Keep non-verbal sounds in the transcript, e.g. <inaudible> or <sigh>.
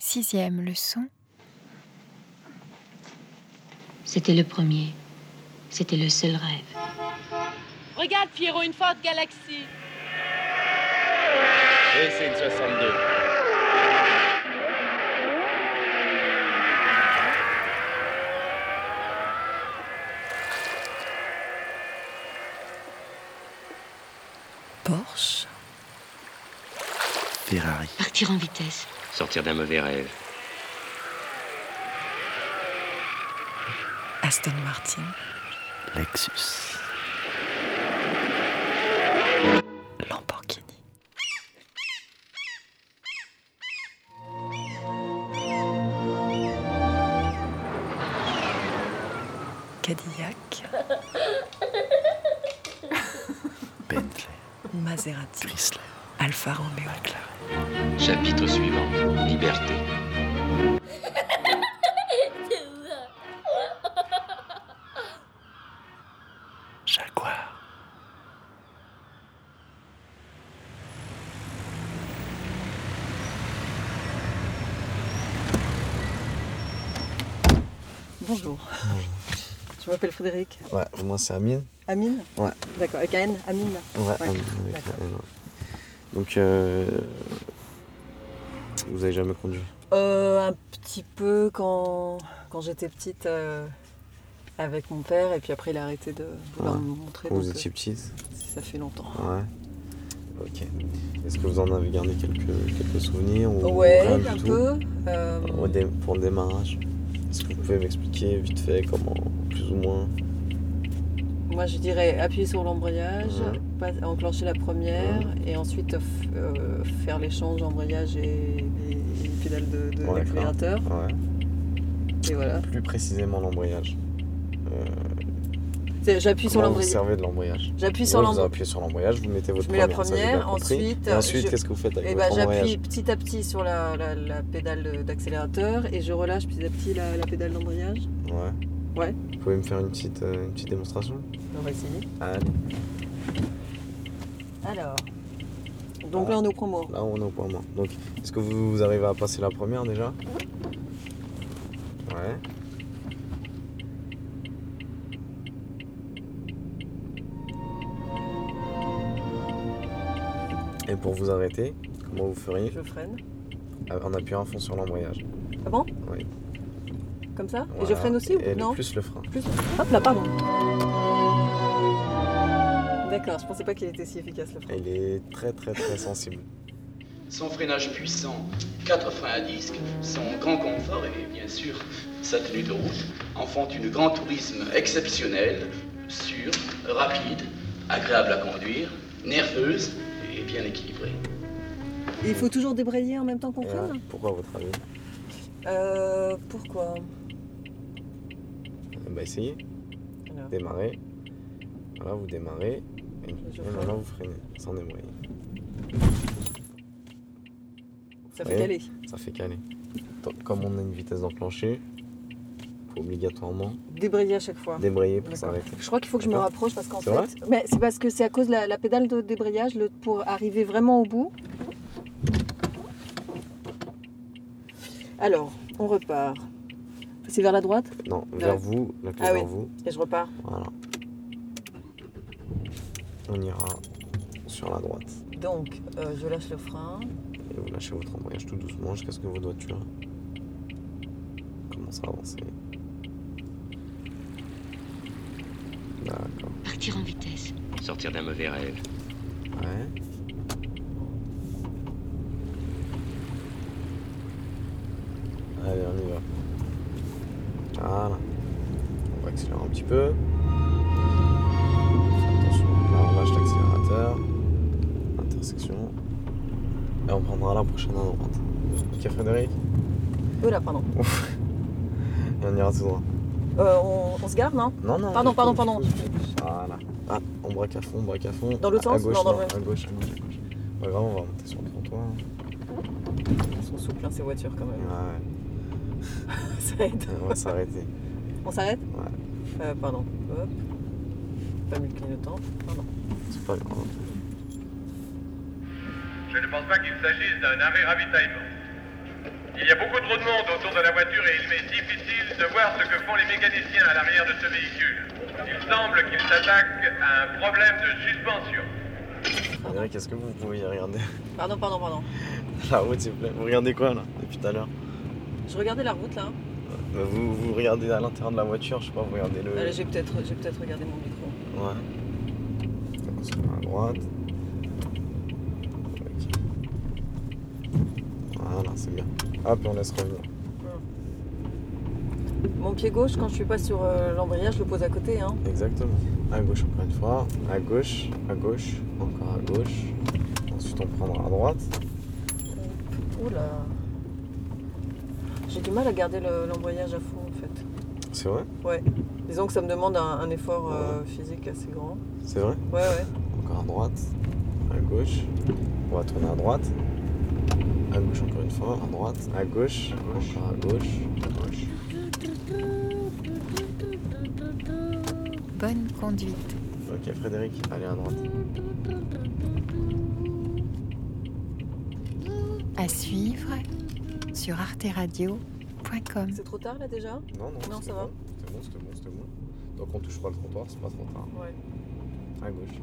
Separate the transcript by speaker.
Speaker 1: Sixième leçon.
Speaker 2: C'était le premier. C'était le seul rêve.
Speaker 3: Regarde, Pierrot, une Ford Galaxy.
Speaker 4: Et c'est une 62.
Speaker 5: Porsche,
Speaker 6: Ferrari,
Speaker 2: Partir en vitesse.
Speaker 4: Sortir d'un mauvais rêve.
Speaker 5: Aston Martin,
Speaker 6: Lexus,
Speaker 5: Lamborghini. Cadillac,
Speaker 6: Bentley,
Speaker 5: Maserati,
Speaker 6: Chrysler,
Speaker 5: Alfa Romeo,
Speaker 6: McLaren,
Speaker 4: Chapitre suivant. Liberté.
Speaker 6: Jaguar,
Speaker 7: Bonjour. Je m'appelle Frédéric.
Speaker 8: Ouais, moi c'est Amine.
Speaker 7: Amine
Speaker 8: Ouais.
Speaker 7: D'accord, avec un N, Amine.
Speaker 8: Ouais, Amine, avec la N, ouais. Donc, euh, vous avez jamais conduit
Speaker 7: Euh, un petit peu quand, quand j'étais petite euh, avec mon père, et puis après il a arrêté de vouloir
Speaker 8: Ouais.
Speaker 7: me montrer.
Speaker 8: quand vous
Speaker 7: donc,
Speaker 8: étiez petite
Speaker 7: euh, ça fait longtemps.
Speaker 8: Ouais. Ok. Est-ce que vous en avez gardé quelques, quelques souvenirs ou
Speaker 7: Ouais,
Speaker 8: rien du
Speaker 7: un
Speaker 8: tout
Speaker 7: peu. euh,
Speaker 8: Au dé- Pour le démarrage, est-ce que vous pouvez m'expliquer vite fait comment, plus ou moins
Speaker 7: moi je dirais appuyer sur l'embrayage,
Speaker 8: Ouais.
Speaker 7: pas- enclencher la première, et ensuite f- euh, faire l'échange embrayage et, et- et pédale de, de
Speaker 8: Ouais, d'accord.
Speaker 7: l'accélérateur.
Speaker 8: Ouais.
Speaker 7: Et voilà.
Speaker 8: Plus précisément l'embrayage. Euh,
Speaker 7: C'est- J'appuie sur
Speaker 8: comment vous
Speaker 7: l'embrayage.
Speaker 8: servez de l'embrayage
Speaker 7: J'appuie sur
Speaker 8: Là, vous
Speaker 7: l'embrayage.
Speaker 8: appuyez sur l'embrayage, vous mettez votre
Speaker 7: mets la
Speaker 8: ça, j'ai bien
Speaker 7: première,
Speaker 8: compris.
Speaker 7: ensuite,
Speaker 8: Et ensuite,
Speaker 7: je-
Speaker 8: qu'est-ce que vous faites avec
Speaker 7: Et bah,
Speaker 8: votre embrayage
Speaker 7: j'appuie petit à petit sur la, la- la pédale de- d'accélérateur et je relâche petit à petit la, la pédale d'embrayage.
Speaker 8: Ouais.
Speaker 7: Ouais.
Speaker 8: Vous pouvez me faire une petite, euh, une petite démonstration
Speaker 7: On va essayer.
Speaker 8: Allez,
Speaker 7: Alors. Donc là on est au point mort.
Speaker 8: là on est au point mort. Donc, est-ce que vous, vous arrivez à passer la première déjà Ouais. Et pour vous arrêter, comment vous feriez
Speaker 7: Je freine.
Speaker 8: Euh, En appuyant à fond sur l'embrayage.
Speaker 7: Ah bon
Speaker 8: Oui.
Speaker 7: Comme ça Et je
Speaker 8: Voilà.
Speaker 7: freine aussi ou
Speaker 8: Et le
Speaker 7: non
Speaker 8: plus le frein.
Speaker 7: Plus- Hop là, pardon. D'accord, je pensais pas qu'il était si efficace le frein.
Speaker 8: Il est très très très sensible.
Speaker 9: Son freinage puissant, quatre freins à disque, son grand confort et bien sûr sa tenue de route en font une grand tourisme exceptionnelle, sûre, rapide, agréable à conduire, nerveuse et bien équilibrée.
Speaker 7: Et il faut toujours débrayer en même temps qu'on
Speaker 8: Et là,
Speaker 7: freine
Speaker 8: pourquoi à votre avis
Speaker 7: Euh. Pourquoi
Speaker 8: Eh ben, essayez,
Speaker 7: Alors,
Speaker 8: démarrez. Voilà, vous démarrez. Et,
Speaker 7: Je
Speaker 8: et
Speaker 7: freine.
Speaker 8: maintenant vous freinez, sans débrayer.
Speaker 7: Ça fait
Speaker 8: Oui.
Speaker 7: caler.
Speaker 8: Ça fait caler. Donc, Comme on a une vitesse d'enclenchée, faut obligatoirement
Speaker 7: Débrayer à chaque fois.
Speaker 8: débrayer pour
Speaker 7: Ah, D'accord.
Speaker 8: s'arrêter.
Speaker 7: Je crois qu'il faut que je me
Speaker 8: D'accord.
Speaker 7: rapproche parce qu'en
Speaker 8: C'est
Speaker 7: fait.
Speaker 8: vrai
Speaker 7: Mais c'est parce que c'est à cause de la, la pédale de débrayage le- pour arriver vraiment au bout. Alors, on repart. C'est vers la droite
Speaker 8: Non, vers
Speaker 7: Ouais.
Speaker 8: vous, la clé
Speaker 7: Ah
Speaker 8: vers
Speaker 7: oui.
Speaker 8: vous.
Speaker 7: et je repars.
Speaker 8: Voilà. On ira sur la droite.
Speaker 7: Donc, euh, je lâche le frein.
Speaker 8: Et vous lâchez votre embrayage tout doucement jusqu'à ce que vos doigtures commencent à avancer. D'accord.
Speaker 2: Partir en vitesse.
Speaker 4: Sortir d'un mauvais rêve.
Speaker 8: Ouais. Allez, on y va. Voilà. On va accélérer un petit peu. Attention, là on lâche l'accélérateur. Intersection. Et on prendra la prochaine à droite. Ok Frédéric
Speaker 7: Oh là, pardon.
Speaker 8: Et on ira tout droit.
Speaker 7: Euh, on, on se gare, non
Speaker 8: Non, non.
Speaker 7: Pardon,
Speaker 8: du
Speaker 7: pardon,
Speaker 8: coup,
Speaker 7: pardon.
Speaker 8: du coup, du coup. Voilà. Ah, on braque à fond, on braque à fond.
Speaker 7: Dans l'autre
Speaker 8: À- à
Speaker 7: sens
Speaker 8: gauche,
Speaker 7: Non, dans
Speaker 8: À
Speaker 7: le-
Speaker 8: gauche, à gauche, à gauche. Pas grave, on va monter sur le trottoir.
Speaker 7: Ils sont souples, hein, ces voitures quand même.
Speaker 8: Ouais.
Speaker 7: <laughs> Ça aide.
Speaker 8: On va
Speaker 7: <laughs>
Speaker 8: s'arrêter.
Speaker 7: On s'arrête
Speaker 8: Ouais.
Speaker 7: Euh, Pardon. Hop. Pas mis le clignotant. Pardon.
Speaker 8: C'est pas grave.
Speaker 10: Je ne pense pas qu'il s'agisse d'un arrêt ravitaillement.
Speaker 1: Il y a beaucoup trop de monde autour de la voiture et il m'est difficile de voir ce que font les mécaniciens à l'arrière de ce véhicule. Il semble qu'ils s'attaquent à un problème de suspension.
Speaker 8: Frédéric, est-ce que vous pouvez regarder <laughs>
Speaker 7: Pardon, pardon, pardon.
Speaker 8: la route, s'il vous plaît Vous regardez quoi, là, depuis tout à l'heure
Speaker 7: Je regardais la route là.
Speaker 8: Euh, vous, vous regardez à l'intérieur de la voiture, je sais pas, vous regardez le...
Speaker 7: Allez, Euh, j'ai peut-être j'ai peut-être regardé mon micro.
Speaker 8: Ouais. Donc, on se met à droite. Ok. Voilà, c'est bien. Ah, puis on laisse revenir.
Speaker 7: Mon pied gauche, quand je suis pas sur euh, l'embrayage, je le pose à côté. Hein.
Speaker 8: Exactement. À gauche encore une fois. À gauche, à gauche, encore à gauche. Ensuite, on prendra à droite.
Speaker 7: Oula. J'ai du mal à garder le- l'embrayage à fond en fait.
Speaker 8: C'est vrai
Speaker 7: Disons que ça me demande un, un effort euh, physique assez grand.
Speaker 8: C'est vrai
Speaker 7: Ouais, ouais.
Speaker 8: Encore à droite. À gauche. On va tourner à droite. À gauche encore une fois. À droite. À gauche. Encore à gauche. À gauche.
Speaker 5: Bonne conduite.
Speaker 8: Ok, Frédéric, allez à droite.
Speaker 5: À suivre sur arteradio.com.
Speaker 7: C'est trop tard là déjà
Speaker 8: Non, non,
Speaker 7: Non,
Speaker 8: c'était
Speaker 7: ça va.
Speaker 8: bon. C'était bon, c'était bon, c'était bon. Donc on touche pas le comptoir, c'est pas trop tard.
Speaker 7: Ouais.
Speaker 8: À gauche.